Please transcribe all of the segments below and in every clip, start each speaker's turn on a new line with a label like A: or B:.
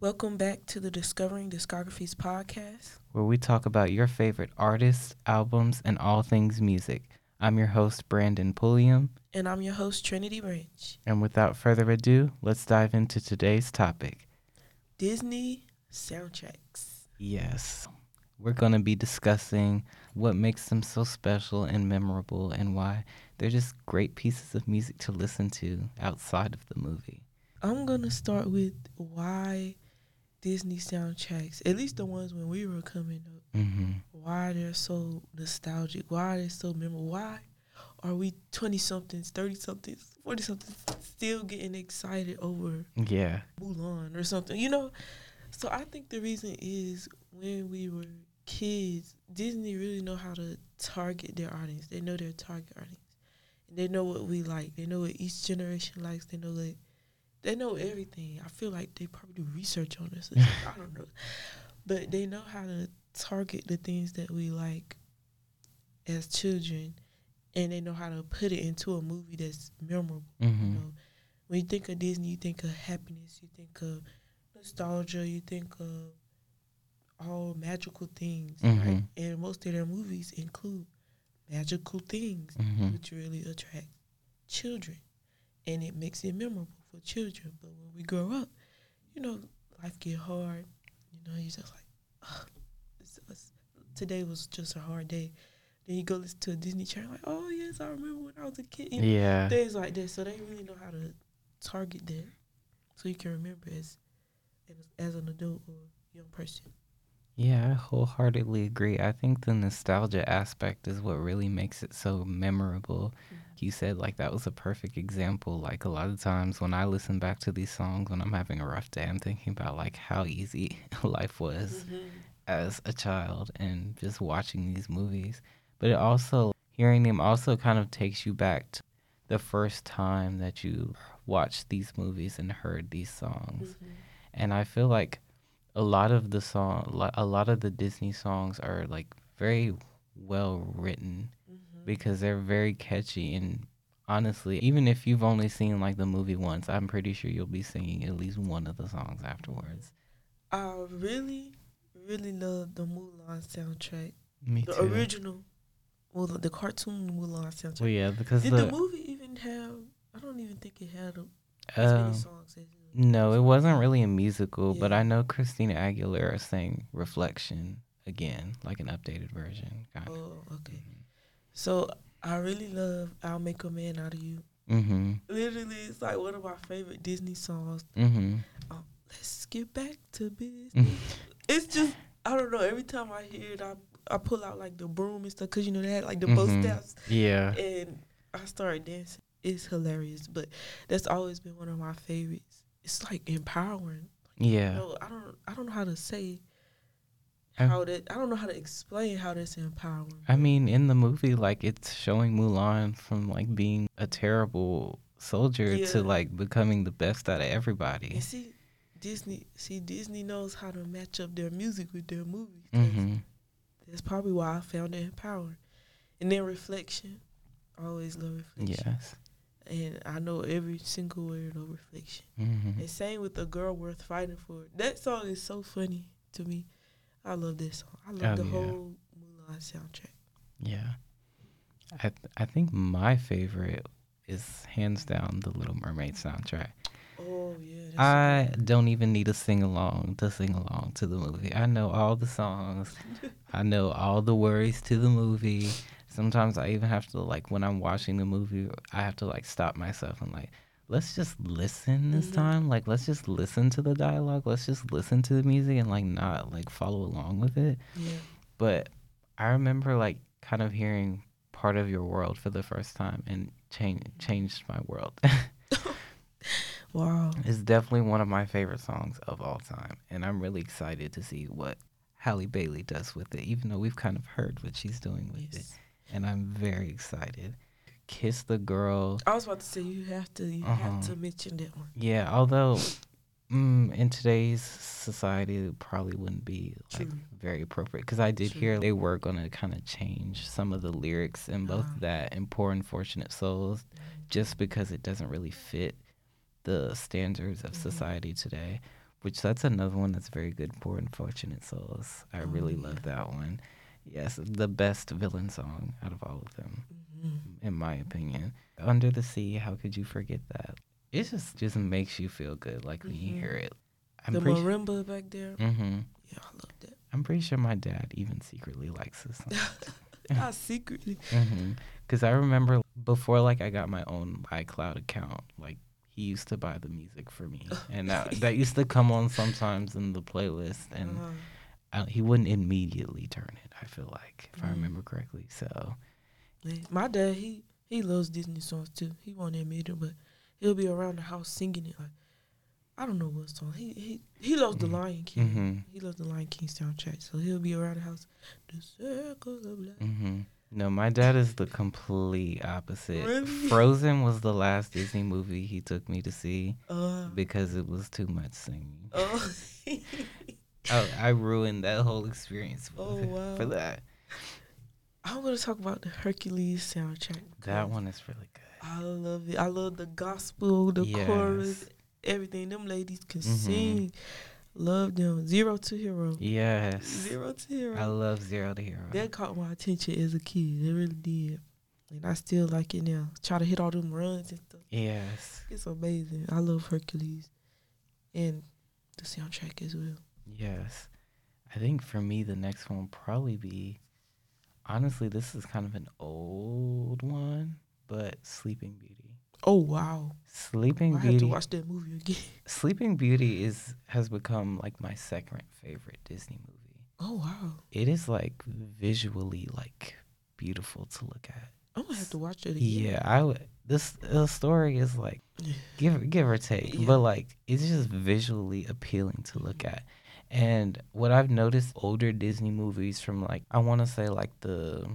A: Welcome back to the Discovering Discographies podcast.
B: where we talk about your favorite artists, albums, and all things music. I'm your host, Brandon Pulliam,
A: And I'm your host, Trinity Branch.
B: and without further ado, let's dive into today's topic.
A: Disney soundtracks.
B: Yes, we're going to be discussing what makes them so special and memorable and why they're just great pieces of music to listen to outside of the movie.
A: I'm going to start with why Disney soundtracks, at least the ones when we were coming up,
B: hmm
A: why they're so nostalgic, why they're so memorable, why are we 20 somethings, 30 somethings, 40 somethings still getting excited over
B: Yeah.
A: Mulan or something, you know? So I think the reason is when we were kids, Disney really know how to target their audience. They know their target audience. And they know what we like. They know what each generation likes. They know that they know everything. I feel like they probably do research on this. I don't know. But they know how to target the things that we like as children and they know how to put it into a movie that's memorable.
B: hmm
A: You know, when you think of Disney, you think of happiness, you think of nostalgia, you think of all magical things, right?
B: Mhm.
A: And most of their movies include magical things,
B: hmm
A: which really attract children, and it makes it memorable for children. But when we grow up, you know, life get hard. You know, you're just like, oh, this was, today was just a hard day. Then you go listen to a Disney channel, like, oh yes, I remember when I was a kid. You know,
B: Yeah.
A: things like this. So they really know how to target that, so you can remember as as an adult or young person.
B: Yeah, I wholeheartedly agree. I think the nostalgia aspect is what really makes it so memorable. You said, like, that was a perfect example. Like, a lot of times when I listen back to these songs when I'm having a rough day, I'm thinking about, like, how easy life was as a child and just watching these movies. But it also, hearing them also kind of takes you back to the first time that you watched these movies and heard these songs and I feel like a lot of the song, lo- a lot of the Disney songs are like very well written because they're very catchy and honestly, even if you've only seen like the movie once, I'm pretty sure you'll be singing at least one of the songs afterwards.
A: I really, really love the Mulan soundtrack,
B: Me
A: the original, well, the, the cartoon Mulan soundtrack.
B: Well, yeah, because
A: Did
B: the,
A: the movie even have? I don't even think it had a, as
B: um,
A: many songs. As it-
B: no, it wasn't really a musical, but
A: Yeah.
B: I know Christina Aguilera sang "Reflection" again, like an updated version, kind of.
A: Oh, okay. So I really love "I'll Make a Man Out of You."
B: Mm-hmm.
A: Literally, it's like one of my favorite Disney songs.
B: Mm-hmm.
A: let's get back to business. it's just I don't know. Every time I hear it, I I pull out like the broom and stuff because you know they had like the boat
B: Mhm.
A: steps,
B: Yeah.
A: and I started dancing. It's hilarious, but that's always been one of my favorites. It's like empowering.
B: Yeah.
A: No, I don't. I don't know how to say
B: Um,
A: how that. I don't know how to explain how that's empowering.
B: I mean, in the movie, like it's showing Mulan from like being a terrible soldier to
A: Yeah.
B: like becoming the best out of everybody.
A: And see, Disney. See, Disney knows how to match up their music with their movies. 'cause
B: hmm
A: That's probably why I found it empowering. And then reflection. I always love reflection.
B: Yes.
A: And I know every single word of reflection.
B: hmm
A: And same with a girl worth fighting for. That song is so funny to me. I love that song. I love
B: Oh,
A: the
B: yeah.
A: whole Mulan soundtrack.
B: Yeah. I th- I think my favorite is hands down the Little Mermaid soundtrack.
A: Oh yeah. that's-
B: I don't even need to sing along to sing along to the movie. I know all the songs. I know all the words to the movie. Sometimes I even have to like when I'm watching the movie, I have to like stop myself and like let's just listen this
A: Mhm.
B: time. Like let's just listen to the dialogue. Let's just listen to the music and like not like follow along with it.
A: yeah.
B: But I remember like kind of hearing part of your world for the first time and change changed my world.
A: Wow.
B: It's definitely one of my favorite songs of all time, and I'm really excited to see what Halle Bailey does with it. Even though we've kind of heard what she's doing with it,
A: Yes.
B: and I'm very excited. Kiss the girl,
A: I was about to say you have to you
B: Uh-huh.
A: have to mention that one.
B: yeah. Although, mm, in today's society, it probably wouldn't be like
A: True.
B: very appropriate because I did
A: True.
B: hear they were gonna kind of change some of the lyrics in both
A: Ah.
B: that and Poor Unfortunate Souls. just because it doesn't really fit the standards of
A: Mhm.
B: society today. which that's another one that's very good for Unfortunate Souls. I
A: Oh,
B: really
A: yeah.
B: love that one. Yes, the best villain song out of all of them,
A: Mm.
B: in my opinion. Under the Sea, how could you forget that? It just just makes you feel good, like when you
A: Mhm.
B: hear it. I'm
A: the
B: pretty.
A: marimba back there.
B: hmm
A: Yeah, I love that.
B: I'm pretty sure my dad even secretly likes this song.
A: I secretly.
B: Because I remember before, like, I got my own iCloud account, like, he used to buy the music for me. And that, that used to come on sometimes in the playlist, and
A: uh,
B: I, he wouldn't immediately turn it, I feel like, if I
A: Mm.
B: remember correctly. So,
A: yeah. my dad, he he loves Disney songs too. He won't admit it, but he'll be around the house singing it. Like I don't know what song. He he he loves
B: Mhm.
A: the Lion King.
B: hmm
A: He loves the Lion King soundtrack, so he'll be around the house. The circles of life.
B: hmm no, my dad is the complete opposite.
A: Really?
B: Frozen was the last Disney movie he took me to see
A: Uh,
B: because it was too much singing.
A: oh,
B: Oh, I ruined that whole experience with
A: Oh,
B: it- for
A: wow.
B: that.
A: I'm gonna talk about the Hercules soundtrack.
B: That
A: because
B: one is really good.
A: I love it. I love the gospel, the chorus, everything. Them ladies can
B: Mhm.
A: sing. Love them. Zero to hero.
B: Yes.
A: Zero to
B: I
A: hero.
B: love Zero to Hero.
A: That caught my attention as a kid. It really did. And I still like it now. Try to hit all them runs and stuff.
B: yes.
A: It's amazing. I love Hercules. And the soundtrack as well.
B: Yes. I think for me, the next one will probably be honestly, this is kind of an old one, but Sleeping Beauty.
A: Oh wow.
B: Sleeping
A: I have to
B: Beauty.
A: watch that movie again.
B: Sleeping Beauty is has become like my second favorite Disney movie.
A: Oh wow.
B: It is like visually like beautiful to look at.
A: I'm gonna have to watch it again.
B: Yeah, I would. This the story is like
A: Yeah.
B: give give or take,
A: Yeah.
B: but like it's just visually appealing to look at. And what I've noticed older Disney movies from like I want to say like the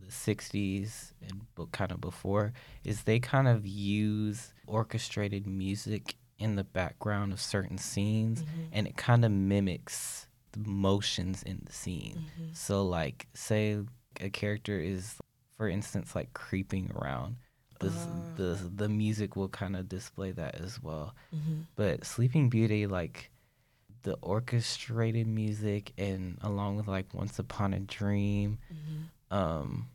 B: the 60s and but kind of before is they kind of use orchestrated music in the background of certain scenes
A: Mhm.
B: and it kind of mimics the motions in the scene.
A: Mhm.
B: So, like, say a character is, for instance, like creeping around. The s
A: Ah.
B: the the music will kind of display that as well.
A: Mhm.
B: But Sleeping Beauty, like the orchestrated music, and along with like Once Upon a Dream,
A: Mhm.
B: um,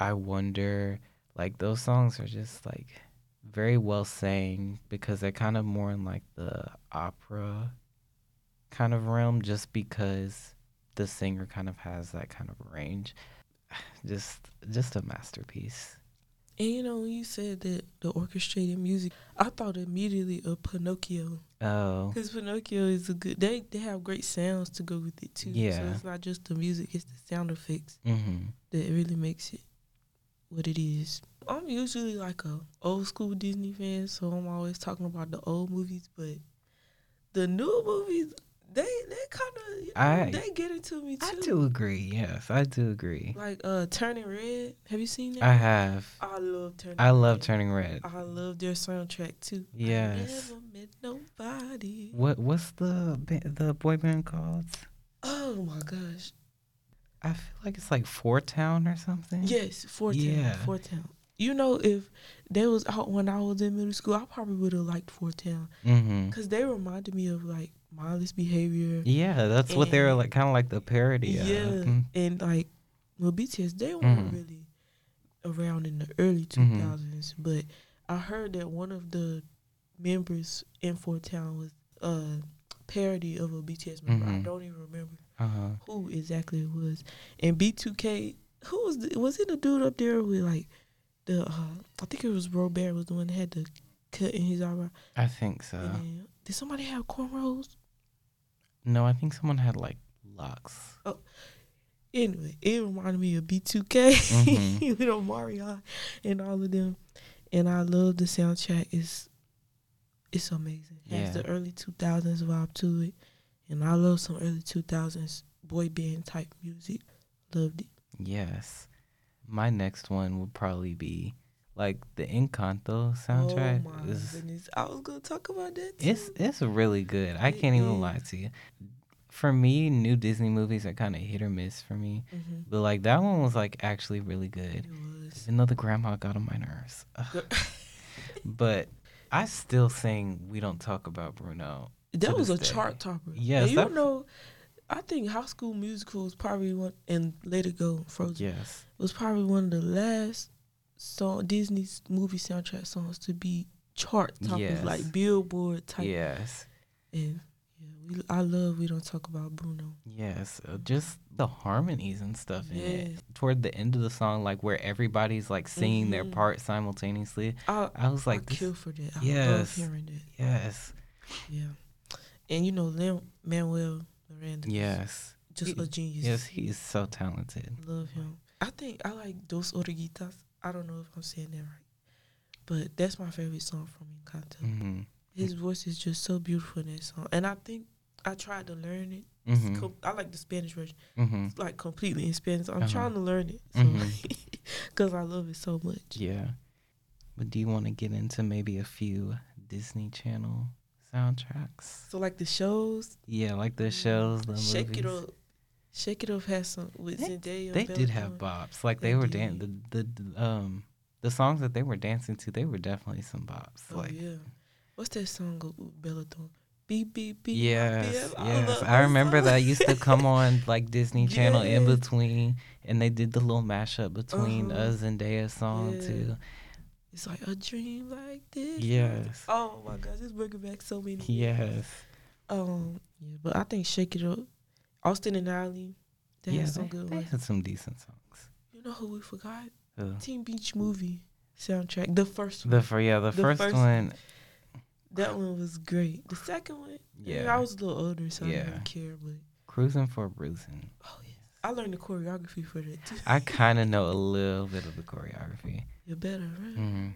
B: I wonder, like those songs are just like very well sang because they're kind of more in like the opera kind of realm just because the singer kind of has that kind of range. Just just a masterpiece.
A: And you know, when you said that the orchestrated music, I thought immediately of Pinocchio
B: Oh.
A: because Pinocchio is a good. They they have great sounds to go with it too.
B: Yeah.
A: So it's not just the music; it's the sound effects
B: Mhm.
A: that really makes it what it is. I'm usually like a old school Disney fan, so I'm always talking about the old movies. But the new movies, they they kind of you know,
B: I-
A: they get into me too.
B: I do agree. Yes, I do agree.
A: Like uh, Turning Red. Have you seen that?
B: I have
A: I love Turning.
B: I love
A: Red.
B: Turning Red.
A: I love their soundtrack too.
B: Yes.
A: I never met nobody.
B: What what's the ba- the boy band called?
A: Oh my gosh.
B: I feel like it's like Four Town or something.
A: Yes, Four Town.
B: Yeah.
A: Four Town. You know, if they was out when I was in middle school, I probably would have liked Four Town
B: Mhm.
A: because they reminded me of like mindless behavior.
B: Yeah, that's what they were
A: And-
B: like, kind of like the parody. Of.
A: Yeah,
B: Mm.
A: and like well, BTS they weren't
B: Mhm.
A: really around in the early two
B: Mhm.
A: but I heard that one of the members in Four Town was a parody of a BTS member. I
B: Mhm.
A: don't even remember.
B: Uh-huh.
A: who exactly it was. And B2K, who was the, was it the dude up there with like the uh, I think it was Robert was the one that had the cut in his eyebrow.
B: I think so.
A: and then, did somebody have cornrows?
B: No, I think someone had like locks.
A: Anyway, it reminded me of B2K
B: Mhm.
A: you know Mario and all of them. And I love the soundtrack. It's it's amazing. It has
B: Yeah.
A: the early two thousands vibe to it. And I love some early two thousands boy band type music. Loved it.
B: Yes. My next one would probably be like the Encanto soundtrack.
A: Oh my
B: is,
A: goodness! I was gonna talk about that. Too.
B: it's it's really good. I
A: It
B: can't even
A: is.
B: lie to you. For me, new Disney movies are kind of hit or miss for me.
A: Mhm.
B: But like that one was like actually really good.
A: It was.
B: Even though the grandma got on my nerves. Ugh. but I still sing We Don't Talk About Bruno
A: That
B: to
A: was a
B: this day.
A: chart topper.
B: Yes,
A: And you
B: that-
A: know, I think High School Musical was probably one, and Let It Go, Frozen,
B: Yes.
A: was probably one of the last song Disney's movie soundtrack songs to be chart toppers,
B: Yes.
A: like Billboard type.
B: Yes.
A: And yeah, we, I love We Don't Talk About Bruno.
B: Yes, uh, just the harmonies and stuff in it.
A: Yes.
B: Toward the end of the song, like where everybody's like singing their
A: Mhm.
B: part simultaneously,
A: I,
B: I was like,
A: I
B: this-
A: kill for that. I love
B: Yes.
A: hearing that.
B: yes,
A: Yeah. And you know, Lin Manuel Miranda. is
B: yes,
A: Just
B: He-
A: a genius.
B: yes, he's so talented.
A: Love him. I think I like Dos Oruguitas. I don't know if I'm saying that right, but that's my favorite song from Encanto.
B: Mm-hmm.
A: His voice is just so beautiful in that song, and I think I tried to learn it. It's
B: Mm-hmm.
A: com- I like the Spanish version,
B: Mm-hmm.
A: It's, like completely in Spanish. I'm
B: Uh-huh.
A: trying to learn it because
B: Mhm.
A: I love it so much.
B: Yeah, but do you want to get into maybe a few Disney Channel soundtracks?
A: So like the shows,
B: Yeah, like the shows, the
A: Mm, Shake
B: movies.
A: It Up, Shake It Up has some with
B: They-
A: Zendaya.
B: They
A: and
B: did have
A: Bella Thorne.
B: bops. Like
A: They
B: they, were dan-
A: did.
B: the, the the, um the songs that they were dancing to. They were definitely some bops.
A: Oh
B: like
A: yeah, what's that song with Bella Thorne? Beep beep beep. my
B: Yes,
A: BF.
B: yes.
A: love
B: I remember
A: song.
B: that used to come on like Disney Channel in
A: Yes.
B: between, and they did the little mashup between
A: Uh-huh.
B: a Zendaya song
A: Yeah.
B: too.
A: It's like a dream like this.
B: Yes,
A: Oh my gosh, it's bringing back so many.
B: yes,
A: Um. Yeah, but I think Shake It Up, Austin and Alley, they
B: yeah.
A: had some
B: they,
A: good
B: they
A: ones.
B: had some decent songs.
A: You know who we forgot?
B: Uh,
A: Teen Beach Movie soundtrack. The first one.
B: the for yeah, the,
A: The
B: first,
A: first-
B: one.
A: that one was great. The second one. Yeah.
B: Yeah,
A: I was a little older, so I
B: Yeah.
A: didn't care. But
B: cruising for a bruising.
A: oh yes, I learned the choreography for that too.
B: I kind of know a little bit of the choreography.
A: You better run.
B: Mhm.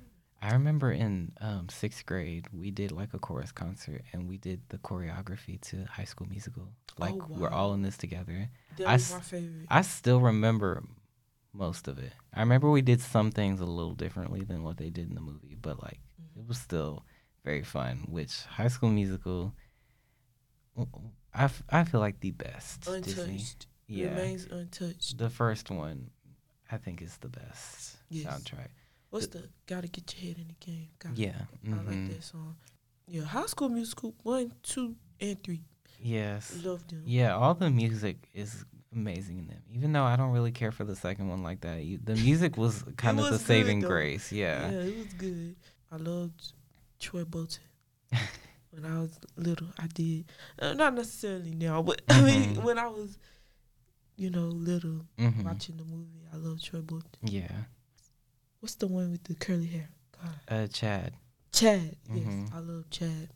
B: I remember in um, sixth grade, we did like a chorus concert, and we did the choreography to High School Musical. Like we're
A: wow.
B: all in this together.
A: That
B: I
A: was
B: s-
A: my favorite.
B: I still remember most of it. I remember we did some things a little differently than what they did in the movie, but like
A: Mm-hmm.
B: it was still very fun. Which High School Musical, I, f- I feel like the best. Disney.
A: untouched.
B: Yeah,
A: Remains untouched.
B: the first one, I think is the best
A: Yes.
B: soundtrack.
A: What's the gotta get your head in the game? Gotta
B: Yeah,
A: I
B: mhm.
A: like that song. Yeah, High School Musical one, two, and three.
B: Yes.
A: Love them.
B: Yeah, all the music is amazing in them. Even though I don't really care for the second one like that, you, the music was kind of
A: was
B: the
A: good,
B: saving
A: though.
B: grace.
A: yeah,
B: Yeah.
A: it was good. I loved Troy Bolton. when I was little, I did uh, not necessarily now, but I mean
B: Mhm.
A: when I was, you know, little
B: hmm
A: watching the movie, I loved Troy Bolton.
B: Yeah.
A: What's the one with the curly hair? God.
B: Uh, Chad.
A: Chad. Yes,
B: Mhm.
A: I love Chad.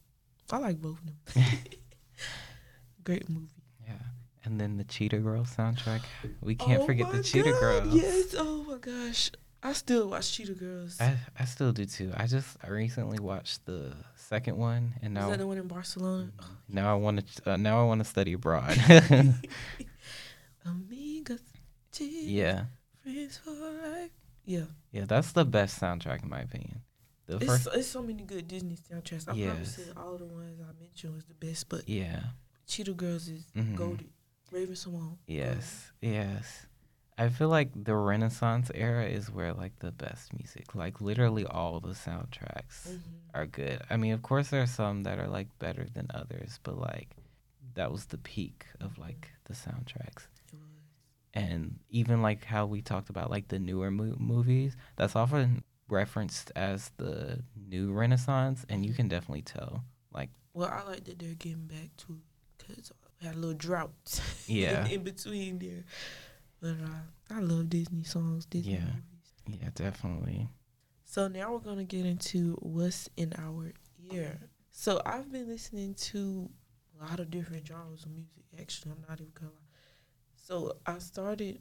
A: I like both of them. Great movie.
B: Yeah. And then the Cheetah Girls soundtrack. We can't
A: Oh
B: forget
A: my
B: the Cheetah
A: God,
B: Girls.
A: Yes. Oh my gosh. I still watch Cheetah Girls.
B: I, I still do too. I just I recently watched the second one, and
A: Is
B: now
A: that the one in Barcelona?
B: now I want to uh, now I want to study abroad.
A: Amigas, yeah,
B: yeah,
A: Oh, friends for life. Yeah,
B: yeah, that's the best soundtrack in my opinion. The
A: it's,
B: first,
A: it's so many good Disney soundtracks. I probably
B: Yes.
A: said all the ones I mentioned was the best, but
B: yeah,
A: Cheetah Girls is
B: Mhm.
A: golden. Raven Simone.
B: Yes, yes. I feel like the Renaissance era is where like the best music, like literally all the soundtracks
A: golden. Mhm.
B: are good. I mean, of course there are some that are like better than others, but like that was the peak of like the soundtracks.
A: It was.
B: And even like how we talked about like the newer mo- movies, that's often referenced as the new Renaissance, and you can definitely tell.
A: Well, I like that they're getting back to because we had a little drought.
B: Yeah.
A: in, between there, but uh, I love Disney songs. Disney
B: Yeah.
A: movies.
B: Yeah, definitely.
A: So now we're gonna get into what's in our ear. So I've been listening to a lot of different genres of music. Actually, I'm not even gonna lie. So I started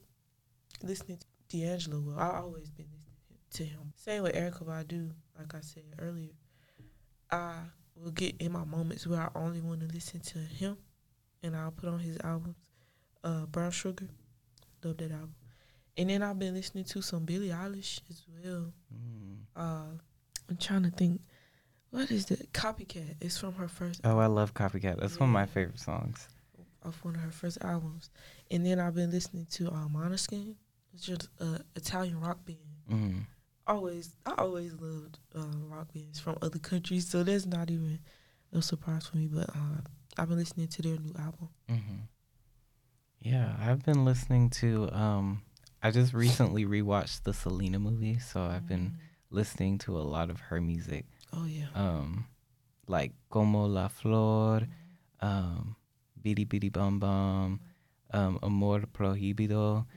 A: listening to D'Angelo. Well, I always been listening to him. Same with Erica Badu. Like I said earlier, I will get in my moments where I only want to listen to him, and I'll put on his albums. Uh, Brown Sugar, love that album. And then I've been listening to some Billie Eilish as well
B: Mm.
A: uh I'm trying to think what is the copycat it's from her first
B: Oh, I love Copycat. That's one of my
A: Yeah.
B: favorite songs.
A: off one of her first albums and then I've been listening to uh, Monoskin which is an Italian rock band
B: Mm.
A: always I always loved uh, rock bands from other countries so that's not even no surprise for me. But uh, I've been listening to their new album.
B: Mm-hmm. Yeah, I've been listening to. Um, I just recently rewatched the Selena movie, so I've been listening to a lot of her music,
A: Oh yeah,
B: um, like Como la Flor, um, Bidi Bidi Bum Bum, um, Amor Prohibido.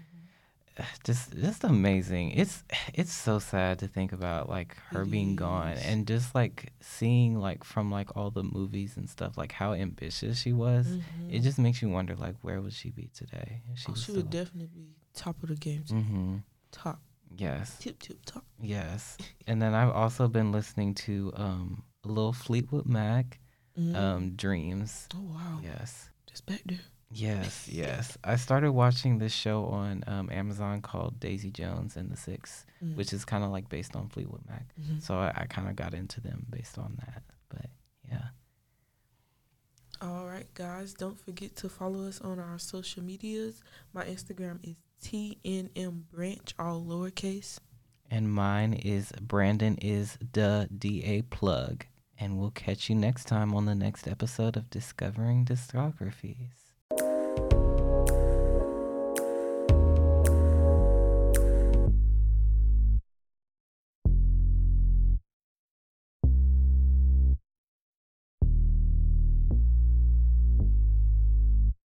B: Just, just amazing. It's, it's so sad to think about like her
A: It
B: being gone
A: is.
B: and just like seeing like from like all the movies and stuff like how ambitious she was.
A: Mhm.
B: It just makes you wonder, like, where would she be today? if
A: Oh,
B: was
A: she would definitely be top of the game,
B: hmm
A: top,
B: Yes,
A: tip, tip, top.
B: yes. And then I've also been listening to um, a little Fleetwood Mac,
A: Mhm.
B: um, "Dreams."
A: oh wow,
B: Yes,
A: just back there.
B: yes, yes. I started watching this show on um, Amazon called Daisy Jones and the Six,
A: Mm.
B: which is kind of like based on Fleetwood Mac.
A: Mhm.
B: So I, I kind of got into them based on that. But yeah,
A: All right, guys, don't forget to follow us on our social medias. My Instagram is TNM Branch, all lowercase.
B: and mine is Brandon is the DA plug. And we'll catch you next time on the next episode of Discovering Discographies.